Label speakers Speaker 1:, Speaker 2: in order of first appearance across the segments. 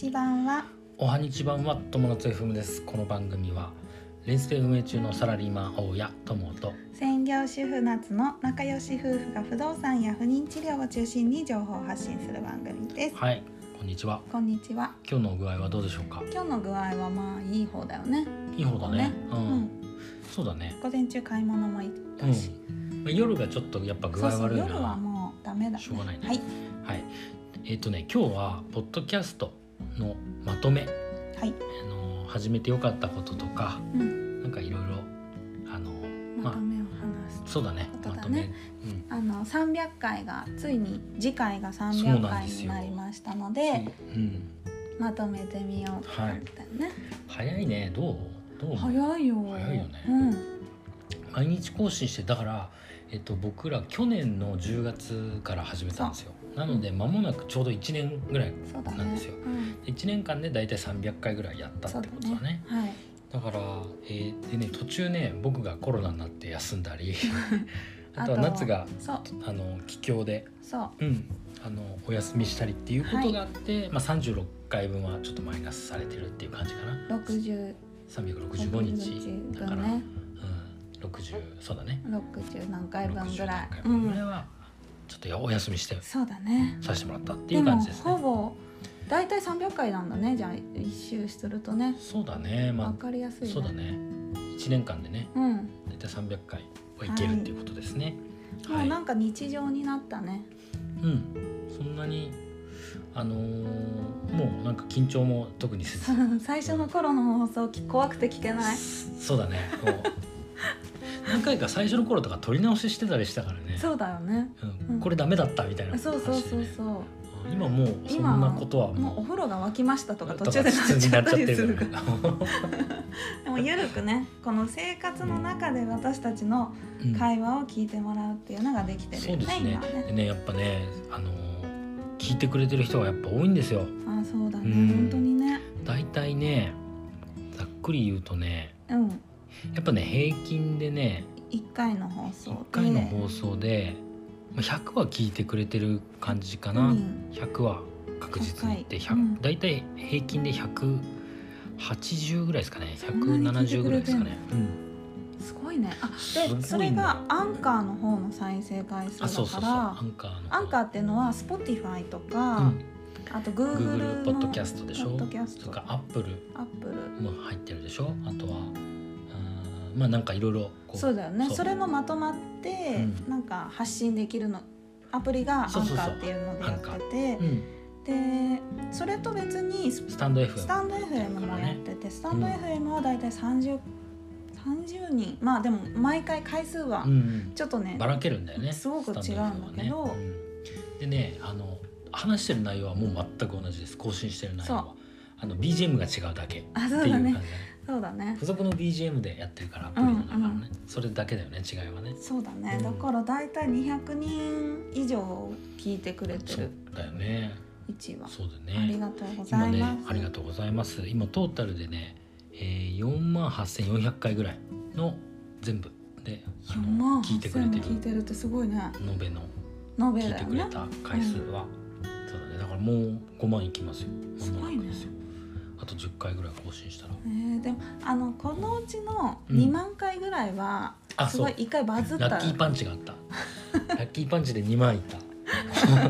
Speaker 1: ち版は
Speaker 2: おはにちばんは友達 FM ですこの番組はレンスペ運営中のサラリーマン大谷友と
Speaker 1: 専業主婦夏の仲良し夫婦が不動産や不妊治療を中心に情報を発信する番組です
Speaker 2: はいこんにちは
Speaker 1: こんにちは
Speaker 2: 今日の具合はどうでしょうか
Speaker 1: 今日の具合はまあいい方だよね
Speaker 2: いい方だねう、
Speaker 1: うんん
Speaker 2: そうだね
Speaker 1: 午前中買い物も行ったし、
Speaker 2: まあ夜がちょっとやっぱ具合
Speaker 1: そうそう
Speaker 2: 悪いな
Speaker 1: 夜はもうダメだ、ね、
Speaker 2: しょうがないね
Speaker 1: はい
Speaker 2: はいえっ、とね今日はポッドキャストのまとめ
Speaker 1: はい、
Speaker 2: あの始めてよかったこととか
Speaker 1: うん、
Speaker 2: なんかいろいろあの
Speaker 1: ま
Speaker 2: まあ
Speaker 1: とめを話す
Speaker 2: そうだね
Speaker 1: こと
Speaker 2: ま
Speaker 1: だ
Speaker 2: とめ
Speaker 1: ねあの300回がついに次回が
Speaker 2: そう
Speaker 1: 300
Speaker 2: なん
Speaker 1: 回
Speaker 2: です
Speaker 1: に
Speaker 2: よ
Speaker 1: なりましたの
Speaker 2: う
Speaker 1: で
Speaker 2: ん、うん、
Speaker 1: まとめてみようと思ったよね、
Speaker 2: 早いねどうどう思う
Speaker 1: 早いよ
Speaker 2: 早いよね
Speaker 1: うん、
Speaker 2: 毎日更新してだから、えっと、僕ら去年の10月から始めたんですよなので間もなくちょうど1年ぐらい
Speaker 1: そうだね
Speaker 2: なんですよ
Speaker 1: うん
Speaker 2: 1年間で大体300回ぐらいやったってことだねだ
Speaker 1: はい
Speaker 2: から、えーでね途中ね僕がコロナになって休んだ りあとは
Speaker 1: あと
Speaker 2: 夏が
Speaker 1: そう
Speaker 2: あの帰郷で、
Speaker 1: そう
Speaker 2: うん、あのお休みしたりっていうことがあって、まあ、36回分はちょっとマイナスされてるっていう感じかな
Speaker 1: 60
Speaker 2: 365日だから、
Speaker 1: 分ね
Speaker 2: うん、60そうだね
Speaker 1: 60何回分ぐらい
Speaker 2: 60何回
Speaker 1: う
Speaker 2: 分ぐらい
Speaker 1: ん
Speaker 2: はちょっとお休みして
Speaker 1: そうだね
Speaker 2: させてもらったってい
Speaker 1: で
Speaker 2: う
Speaker 1: も
Speaker 2: 感じです
Speaker 1: ほ
Speaker 2: ね。
Speaker 1: ぼ大体300回なんだねじゃあ一周するとね
Speaker 2: そうだね、
Speaker 1: わ
Speaker 2: ま
Speaker 1: かりやす
Speaker 2: あ
Speaker 1: い
Speaker 2: そうだね、1年間でね、
Speaker 1: うん
Speaker 2: 大体300回はいけるっていうことですね。
Speaker 1: も
Speaker 2: は
Speaker 1: う
Speaker 2: い、
Speaker 1: なんか日常になったね
Speaker 2: うん、そんなにあのーもうなんか緊張も特に せず、
Speaker 1: 最初の頃の放送き怖くて聞けない
Speaker 2: そうだね、こう何回か最初の頃とか撮り直ししてたりしたからね。
Speaker 1: そうだよね
Speaker 2: うん、これダメだったみたいな話で
Speaker 1: そう
Speaker 2: ね、
Speaker 1: そうそうそう
Speaker 2: うん今もうそんなことは
Speaker 1: もうお風呂が沸きましたとか途
Speaker 2: と
Speaker 1: 中
Speaker 2: か
Speaker 1: でなっちゃったりする
Speaker 2: 普通に
Speaker 1: か
Speaker 2: な
Speaker 1: ら
Speaker 2: っちゃってる からね
Speaker 1: でもゆるくねこの生活の中で私たちの
Speaker 2: うん
Speaker 1: 会話を聞いてもらうっていうのができてる
Speaker 2: そう
Speaker 1: よ
Speaker 2: です
Speaker 1: ね
Speaker 2: ね
Speaker 1: 今はね
Speaker 2: でねやっぱねあのー聞いてくれてる人がやっぱ多いんですよ
Speaker 1: あそうだね
Speaker 2: うん
Speaker 1: 本当にね
Speaker 2: 大体ねざっくり言うとね
Speaker 1: うん
Speaker 2: やっぱね平均でね
Speaker 1: 一回の放送で
Speaker 2: 1回の放送でまあ100は聞いてくれてる感じか
Speaker 1: う
Speaker 2: なん100は確実にで
Speaker 1: 高いうん
Speaker 2: 100大体平均で180ぐらいですかね
Speaker 1: そんなに聞いてく
Speaker 2: 170ぐら
Speaker 1: れ
Speaker 2: いで
Speaker 1: てん
Speaker 2: す
Speaker 1: の
Speaker 2: かね、うん
Speaker 1: すごいねあ
Speaker 2: すごいん
Speaker 1: で
Speaker 2: だ
Speaker 1: それがアンカーの方の再生回数
Speaker 2: あそう
Speaker 1: だか
Speaker 2: そうそう
Speaker 1: ら
Speaker 2: アンカーの
Speaker 1: アンカーっていうのは Spotify とか、
Speaker 2: うん
Speaker 1: あと Google の
Speaker 2: Google ポッドキャストでし
Speaker 1: ポ
Speaker 2: ょ
Speaker 1: ッドキャスト
Speaker 2: とか Apple
Speaker 1: Apple
Speaker 2: も入ってるでしょあとはあーまあなんかいろいろこう
Speaker 1: そうだよね
Speaker 2: そ
Speaker 1: そうれもまとまって、
Speaker 2: うん
Speaker 1: なんか発信できるのアプリがアンカ
Speaker 2: そうそうそう
Speaker 1: ーっていうのでやってて
Speaker 2: うん、
Speaker 1: でそれと別にス
Speaker 2: スタンド FM
Speaker 1: スタンド FM もやっててスタンド FM はだいたい3030人まあでも毎回回数は
Speaker 2: うん
Speaker 1: ちょっとね、
Speaker 2: ばらけるんだよね
Speaker 1: すごく違うんだけど
Speaker 2: スタンド FM はねうんでねあの話してる内容はもう全く同じです更新してる内容
Speaker 1: そ
Speaker 2: はあの BGM が違うだけって
Speaker 1: あ
Speaker 2: いう
Speaker 1: そうだ
Speaker 2: 感じだ
Speaker 1: ね
Speaker 2: ね
Speaker 1: そうだね
Speaker 2: 付属の BGM でやってるからアプリの中の
Speaker 1: うん
Speaker 2: ね、それだけだよね違いはね
Speaker 1: そうだね、
Speaker 2: うん
Speaker 1: だからだいたい200人以上聞いてくれて
Speaker 2: そう
Speaker 1: る
Speaker 2: だよね
Speaker 1: 一話、
Speaker 2: そうだよ
Speaker 1: あり
Speaker 2: ね
Speaker 1: がとうござ
Speaker 2: 今
Speaker 1: い
Speaker 2: ね
Speaker 1: ます、
Speaker 2: ありがとうございます今トータルでね、えー、4万8400回ぐらいの全部であ
Speaker 1: 4万
Speaker 2: の聞いてくれてる
Speaker 1: 聞いてるってすごいね
Speaker 2: 延べの
Speaker 1: 延べ
Speaker 2: 聞い
Speaker 1: だ
Speaker 2: て
Speaker 1: よ
Speaker 2: くれ
Speaker 1: ね
Speaker 2: た回数は、そうだねだからもう5万いきますよ
Speaker 1: すごいね
Speaker 2: 間もなくですよあと10回ぐらい更新したら
Speaker 1: えー、でもあのこのうちの
Speaker 2: うん
Speaker 1: 2万回ぐらいは、
Speaker 2: あ
Speaker 1: すごい
Speaker 2: そう
Speaker 1: 一回バズった
Speaker 2: ラッキーパンチがあった ラッキーパンチで2万いったあ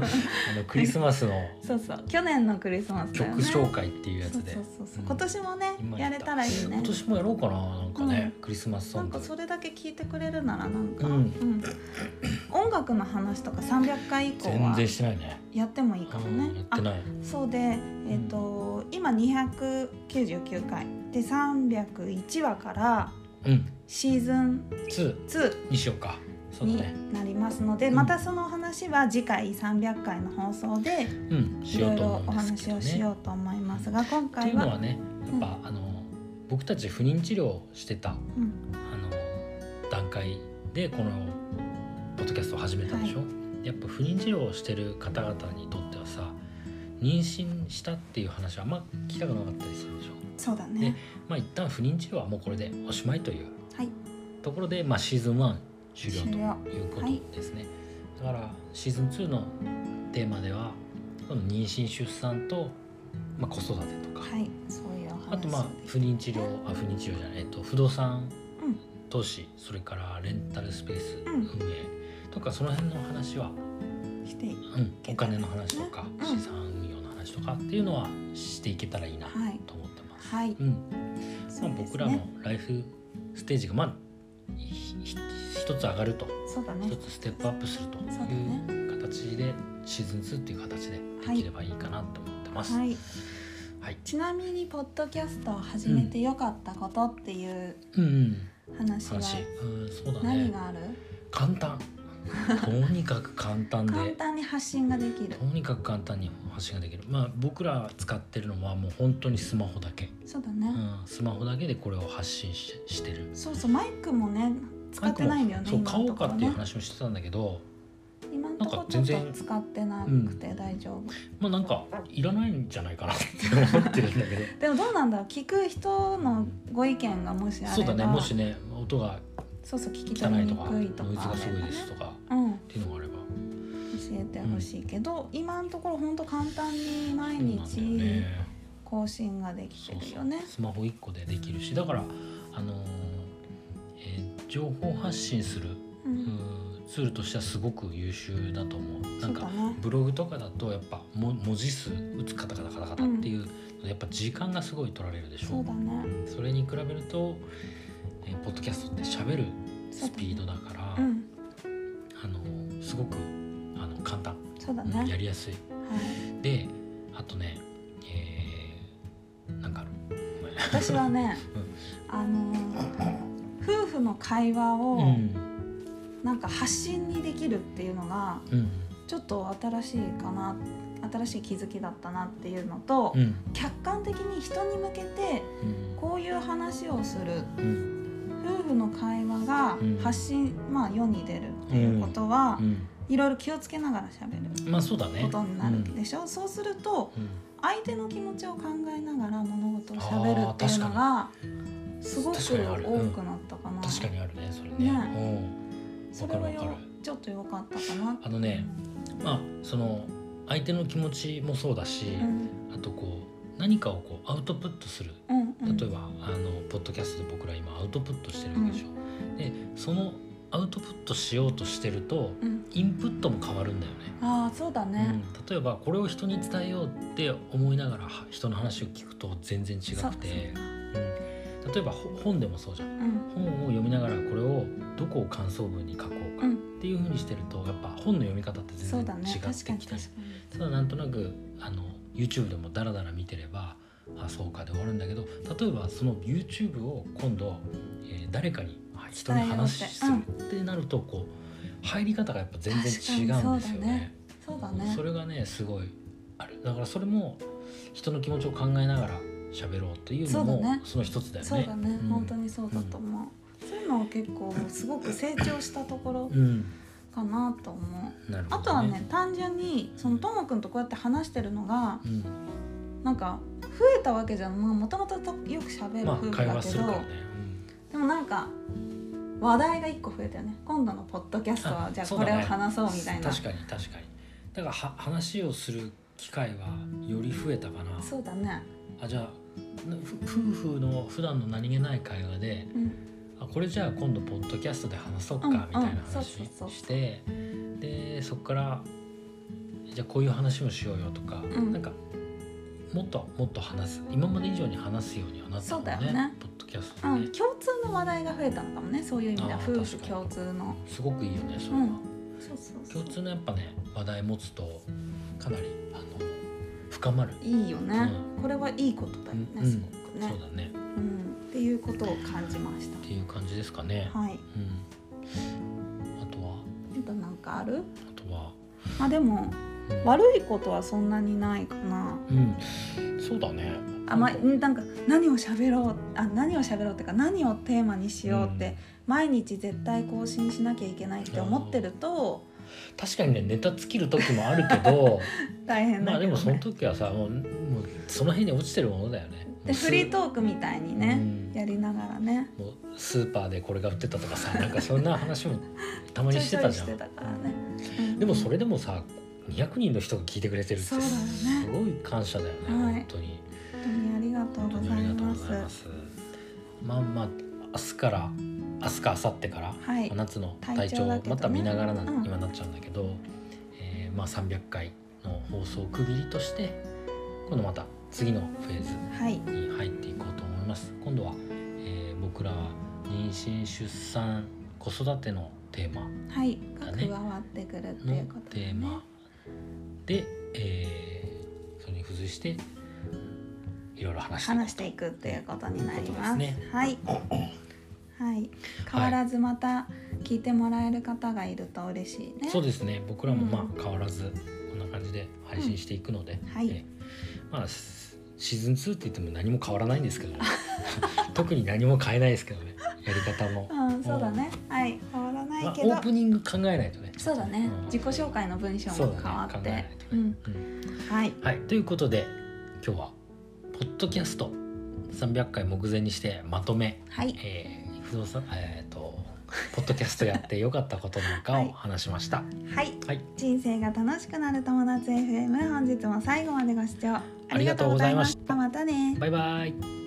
Speaker 2: のクリスマスの
Speaker 1: そうそう去年のクリスマスだよ
Speaker 2: 曲
Speaker 1: ね
Speaker 2: 紹介っていうや
Speaker 1: そう
Speaker 2: つで
Speaker 1: そうそうそう
Speaker 2: うん
Speaker 1: 今年もね
Speaker 2: 今
Speaker 1: や
Speaker 2: やった
Speaker 1: れたらいいよね
Speaker 2: 今年もやろうかななんかね、クリスマスソ
Speaker 1: な
Speaker 2: ン
Speaker 1: ん
Speaker 2: グ
Speaker 1: かそれだけ聞いてくれるならなんか、
Speaker 2: うん
Speaker 1: うん音楽の話とか300回以降
Speaker 2: 全
Speaker 1: は
Speaker 2: 然してないね
Speaker 1: やってもいいかも
Speaker 2: うんや
Speaker 1: ね
Speaker 2: っ
Speaker 1: あ
Speaker 2: てない
Speaker 1: そうでえっ、と今299回で301話から
Speaker 2: うん
Speaker 1: シーズン
Speaker 2: 2
Speaker 1: 2
Speaker 2: にしようかそうだね
Speaker 1: になりますので、
Speaker 2: うん
Speaker 1: またその話は次回300回の放送で
Speaker 2: うんし
Speaker 1: い
Speaker 2: よ
Speaker 1: ろい
Speaker 2: うと
Speaker 1: ろ
Speaker 2: 思
Speaker 1: お
Speaker 2: うんです
Speaker 1: 話
Speaker 2: けど
Speaker 1: を
Speaker 2: ね
Speaker 1: しようと思いますが今
Speaker 2: ってい
Speaker 1: 回
Speaker 2: う
Speaker 1: は
Speaker 2: のはねやっぱ、あの僕たち不妊治療をしてた
Speaker 1: うん
Speaker 2: あの段階でこのポッドキャストを始めたでしょ、
Speaker 1: は
Speaker 2: やっぱ不妊治療をしてる方々にとってはさ妊娠したっていう話はあんま聞きたくなかったりするでしょ
Speaker 1: そうだね
Speaker 2: ねまあ一旦不妊治療はもうこれでおしまいという
Speaker 1: はい
Speaker 2: ところで、まあ、シーズン1終了
Speaker 1: 終了
Speaker 2: というこ
Speaker 1: はい
Speaker 2: とですね、だからシーズン2のテーマではこの妊娠出産とまあ、子育てとか、
Speaker 1: はいそういうお話
Speaker 2: あとまあ不妊治療あ不妊治療じゃない、えっと、不動産
Speaker 1: うん
Speaker 2: 投資それからレンタルスペース
Speaker 1: う
Speaker 2: 運
Speaker 1: ん
Speaker 2: 営とかその辺の話は、
Speaker 1: してい
Speaker 2: うん、お金の話とか
Speaker 1: うん
Speaker 2: 資産運用の話とかっていうのはしていけたらいいな
Speaker 1: はい
Speaker 2: と思ってます。
Speaker 1: はい
Speaker 2: うん
Speaker 1: そ
Speaker 2: まあ、
Speaker 1: うです
Speaker 2: 僕らの
Speaker 1: ね
Speaker 2: ライフステージがまあひひ一つ上がると
Speaker 1: そうだね
Speaker 2: 一つステップアップすると
Speaker 1: そうだね
Speaker 2: いう形でシーズン2っていう形でできればいいかなと思ってます。
Speaker 1: はい
Speaker 2: はい、
Speaker 1: ちなみにポッドキャストを始めてよかったことっていう
Speaker 2: うんうん
Speaker 1: 話は
Speaker 2: 話、うん、そうだね。
Speaker 1: 何がある、
Speaker 2: 簡 単とにかく簡単
Speaker 1: 簡
Speaker 2: で
Speaker 1: 単に発信ができる
Speaker 2: とにかく簡単に発信ができるまあ僕ら使ってるのはもう本当にスマホだけ、
Speaker 1: そうだ
Speaker 2: う
Speaker 1: ね、
Speaker 2: ん、スマホだけでこれを発信ししてる
Speaker 1: そうそうマイクもね使ってないんだよね
Speaker 2: そう
Speaker 1: 今
Speaker 2: 買
Speaker 1: の
Speaker 2: おう
Speaker 1: とこ
Speaker 2: か
Speaker 1: ろ
Speaker 2: っていう
Speaker 1: ね
Speaker 2: 話をしてたんだけど
Speaker 1: 今のとこ
Speaker 2: な
Speaker 1: ろ
Speaker 2: んか
Speaker 1: ちょ
Speaker 2: 全
Speaker 1: っ
Speaker 2: 然
Speaker 1: と使ってなくて大丈夫、
Speaker 2: まあなんかいらないんじゃないかなって思ってるん だけど
Speaker 1: でもどうなんだろう聞く人のご意見がもしあれば
Speaker 2: そうだねもしね音が
Speaker 1: そうそう聞き
Speaker 2: 汚
Speaker 1: 取り
Speaker 2: い
Speaker 1: に
Speaker 2: とか
Speaker 1: くいとか
Speaker 2: ノイズがすごい
Speaker 1: あればね
Speaker 2: ですとか
Speaker 1: うん
Speaker 2: っていうのがあれば
Speaker 1: 教えてほしいけど、今のところ本当簡単に毎
Speaker 2: そうなんだよ
Speaker 1: 日
Speaker 2: ね
Speaker 1: 更新ができてるよね
Speaker 2: そうそうスマホ1個でできるしだからあのーえー情報発信する
Speaker 1: うん
Speaker 2: うんツールとしてはすごく優秀だと思うな
Speaker 1: そ
Speaker 2: ん
Speaker 1: う
Speaker 2: か
Speaker 1: だね
Speaker 2: ブログとかだとやっぱも文字数打つカタカタカタカタっていう、やっぱ時間がすごい取られるでしょ
Speaker 1: そうだね
Speaker 2: うんそれに比べると、えーポッドキャストって喋る
Speaker 1: そう
Speaker 2: ス
Speaker 1: だ
Speaker 2: ピードだから
Speaker 1: うん
Speaker 2: あのすごくあの簡単、
Speaker 1: そうだ
Speaker 2: うん
Speaker 1: ね、はい
Speaker 2: やりやすいであとねえーなんかあるごめん
Speaker 1: 私はね、あのー夫婦の会話
Speaker 2: う
Speaker 1: を
Speaker 2: ん
Speaker 1: なんか発信にできるっていうのが
Speaker 2: うん
Speaker 1: ちょっと新しいかな新しい気づきだったなっていうのと、
Speaker 2: うん
Speaker 1: 客観的に人に向けて
Speaker 2: うん
Speaker 1: こういう話をする
Speaker 2: うん
Speaker 1: 夫婦の会話が
Speaker 2: うん
Speaker 1: 発信、まあ世に出るっていうことは、
Speaker 2: う
Speaker 1: いろいろ気をつけながら喋る
Speaker 2: んまあそうだね
Speaker 1: ことになるでしょ、そうすると
Speaker 2: うんうん
Speaker 1: 相手の気持ちを考えながら物事を喋るっていうのがすごく
Speaker 2: 確かにあるうん
Speaker 1: 多くなったかな
Speaker 2: 確かにあるねそれね
Speaker 1: それは
Speaker 2: わかる
Speaker 1: よ
Speaker 2: わかる
Speaker 1: ちょっと良かったかな
Speaker 2: うんあのねまあその相手の気持ちもそうだし、
Speaker 1: うん
Speaker 2: あとこう何かをこうアウトプットする
Speaker 1: うんうん
Speaker 2: 例えば、あのポッドキャストで僕ら今アウトプットしてるわけでしょ、でそのアウトプットしようとしてると
Speaker 1: うん
Speaker 2: インプットも変わるんだよね
Speaker 1: ああそうだね、
Speaker 2: うん、例えばこれを人に伝えようって思いながらは人の話を聞くと全然違
Speaker 1: そう
Speaker 2: くて、
Speaker 1: そう
Speaker 2: うん、例えばほ本でもそうじゃん
Speaker 1: うん
Speaker 2: 本を読みながらこれをどこを感想文に書こうか
Speaker 1: う
Speaker 2: っ
Speaker 1: ん
Speaker 2: ていうふうにしてるとやっぱ本の読み方って
Speaker 1: そ
Speaker 2: 全
Speaker 1: う
Speaker 2: 然
Speaker 1: だ
Speaker 2: 違
Speaker 1: ね
Speaker 2: っ
Speaker 1: 確か
Speaker 2: て
Speaker 1: に
Speaker 2: き
Speaker 1: 確
Speaker 2: た
Speaker 1: か
Speaker 2: りただなんとなくあの YouTube でもダラダラ見てればあそうかで終わるんだけど例えばその YouTube を今度、えー誰かにあ人に
Speaker 1: 伝えようって
Speaker 2: 話するってなるとこう入り方がやっぱ全然違うんですよ
Speaker 1: 確かにそうだね
Speaker 2: ね。
Speaker 1: にそうだね
Speaker 2: それがねすごいあるだからそれも人の気持ちを考えながら喋ろうというの
Speaker 1: そうだ
Speaker 2: も
Speaker 1: ね
Speaker 2: その一つだよね。
Speaker 1: そうだね、
Speaker 2: うん
Speaker 1: 本当にそうだと思う、そういうのは結構すごく成長したところ
Speaker 2: うん、
Speaker 1: かなと思う
Speaker 2: なるほど、ね、
Speaker 1: あとはね単純にそのともくんとこうやって話してるのが
Speaker 2: うん、
Speaker 1: なんか増えたわけじゃんもともとよく喋る
Speaker 2: ま
Speaker 1: 夫婦
Speaker 2: あ会
Speaker 1: だ
Speaker 2: 話
Speaker 1: け
Speaker 2: す
Speaker 1: ど、
Speaker 2: るからね。
Speaker 1: でもなんか話題が一個増えたよね今度のポッドキャストは
Speaker 2: あ
Speaker 1: じゃあ
Speaker 2: そう
Speaker 1: こ
Speaker 2: だね
Speaker 1: れを話そううんみたいな
Speaker 2: 確かに確かに。だからは話をする機会はより増えたかな。
Speaker 1: そうだね
Speaker 2: あじゃあなふ夫婦の普段の何気ない会話で
Speaker 1: うん
Speaker 2: あこれじゃあ今度ポッドキャストで話そうか
Speaker 1: うん
Speaker 2: みたいな
Speaker 1: うんそうそ
Speaker 2: 話
Speaker 1: うそう
Speaker 2: して、でそこからじゃあこういう話もしようよとか、
Speaker 1: ん
Speaker 2: なんかもっともっと話す今まで以上に話すようにはなったもんね
Speaker 1: そうだよね
Speaker 2: ポッドキャス
Speaker 1: う
Speaker 2: トでね、
Speaker 1: ん共通の話題が増えたのかもねそういう意味では
Speaker 2: あー
Speaker 1: 夫婦
Speaker 2: 確かに
Speaker 1: 共通の
Speaker 2: すごくいいよねそれは、
Speaker 1: うんそうそうそう
Speaker 2: 共通のやっぱね話題持つとかなりあの深まる、
Speaker 1: いいよね、
Speaker 2: う
Speaker 1: これはいいことだよね、
Speaker 2: うん
Speaker 1: すごくね
Speaker 2: そうだね
Speaker 1: うん、っていうことを感じまし
Speaker 2: っていう感じですかね、
Speaker 1: たはい
Speaker 2: うん、あとは
Speaker 1: あとなんかある
Speaker 2: あとは、
Speaker 1: まあでも
Speaker 2: うん
Speaker 1: 悪いことはそんなにないかな
Speaker 2: うん、そうだね
Speaker 1: あまあうんなんか何を喋ろうあ何を喋ろうっていうか何をテーマにしようって、
Speaker 2: うん
Speaker 1: 毎日絶対更新しなきゃいけないって思ってると
Speaker 2: 確かにねネタ尽きる時もあるけ ど
Speaker 1: 大変
Speaker 2: ま
Speaker 1: だ
Speaker 2: あ
Speaker 1: け
Speaker 2: で
Speaker 1: ど、
Speaker 2: もその
Speaker 1: ね、
Speaker 2: 時はさもうもうその辺に落ちてるものだよね
Speaker 1: でフリートークみたいにね、
Speaker 2: ね
Speaker 1: やりながらね
Speaker 2: もうスーパーでこれが売ってた とかさなんかそんな話もたま
Speaker 1: ち
Speaker 2: に
Speaker 1: ょい
Speaker 2: し
Speaker 1: ち
Speaker 2: て
Speaker 1: ょ
Speaker 2: た
Speaker 1: い
Speaker 2: じゃ
Speaker 1: し
Speaker 2: ん
Speaker 1: てたからね、
Speaker 2: でもそ
Speaker 1: れ
Speaker 2: れでもさ200人の人が聞いてくれてるって
Speaker 1: そうだよね
Speaker 2: すごい感謝だよね、
Speaker 1: はい
Speaker 2: 本当に
Speaker 1: 本当にありがとう
Speaker 2: 本
Speaker 1: ご
Speaker 2: 当に
Speaker 1: ざ
Speaker 2: あ
Speaker 1: い
Speaker 2: りがとう
Speaker 1: ま
Speaker 2: ご
Speaker 1: す
Speaker 2: ざいますまあまあ明日から明日か明後日から、
Speaker 1: はい
Speaker 2: 夏の体
Speaker 1: 体
Speaker 2: 調
Speaker 1: 調だけどね
Speaker 2: また見ながらな、
Speaker 1: うん
Speaker 2: 今なっちゃうんだけど、えーまあ、300回の放送を区切りとして今度また次のフェーズ
Speaker 1: はい
Speaker 2: に入っていこうと思います今度は、えー僕らは妊娠出産子育てのテーマ
Speaker 1: はい
Speaker 2: だ
Speaker 1: が
Speaker 2: ね
Speaker 1: 加わってくるってい
Speaker 2: の
Speaker 1: うこと
Speaker 2: テ
Speaker 1: で
Speaker 2: ー
Speaker 1: ね
Speaker 2: マで、えーそれに付随していろいろ話していこう
Speaker 1: 話していくっていうことになります
Speaker 2: ということで
Speaker 1: はいはい変わらずまた聞いてもらえる方がいると嬉しいね
Speaker 2: そうですね僕らもま
Speaker 1: う
Speaker 2: あ変わらずこんな感じで配信していくので、
Speaker 1: んはい
Speaker 2: えーまあシシーズン2って言っても何も変わらないんですけど、ね、 特に何も変えないですけどねやり方も、
Speaker 1: うんそうだねはい変わらな
Speaker 2: ま
Speaker 1: い
Speaker 2: あ
Speaker 1: け
Speaker 2: オ
Speaker 1: ど
Speaker 2: ープニング考えないとね
Speaker 1: そうだね
Speaker 2: うん
Speaker 1: 自己紹介の文章
Speaker 2: そう
Speaker 1: も変わ
Speaker 2: だね
Speaker 1: ってう
Speaker 2: 考えないとね
Speaker 1: ん、
Speaker 2: うん
Speaker 1: はい
Speaker 2: はい、ということで今日は「ポッドキャスト300回目前にしてまとめ、
Speaker 1: はい
Speaker 2: えー不動産えっ、とポッドキャストやってよかったことなんか
Speaker 1: は
Speaker 2: を
Speaker 1: い
Speaker 2: 話しました。
Speaker 1: はい
Speaker 2: はい、
Speaker 1: 人生が楽しくなる友達 FM 本日も最後までご視聴あ
Speaker 2: あり
Speaker 1: り
Speaker 2: が
Speaker 1: が
Speaker 2: と
Speaker 1: とう
Speaker 2: うご
Speaker 1: ご
Speaker 2: ざ
Speaker 1: ざ
Speaker 2: い
Speaker 1: い
Speaker 2: ま
Speaker 1: ま
Speaker 2: し
Speaker 1: したたまたね
Speaker 2: バイバイ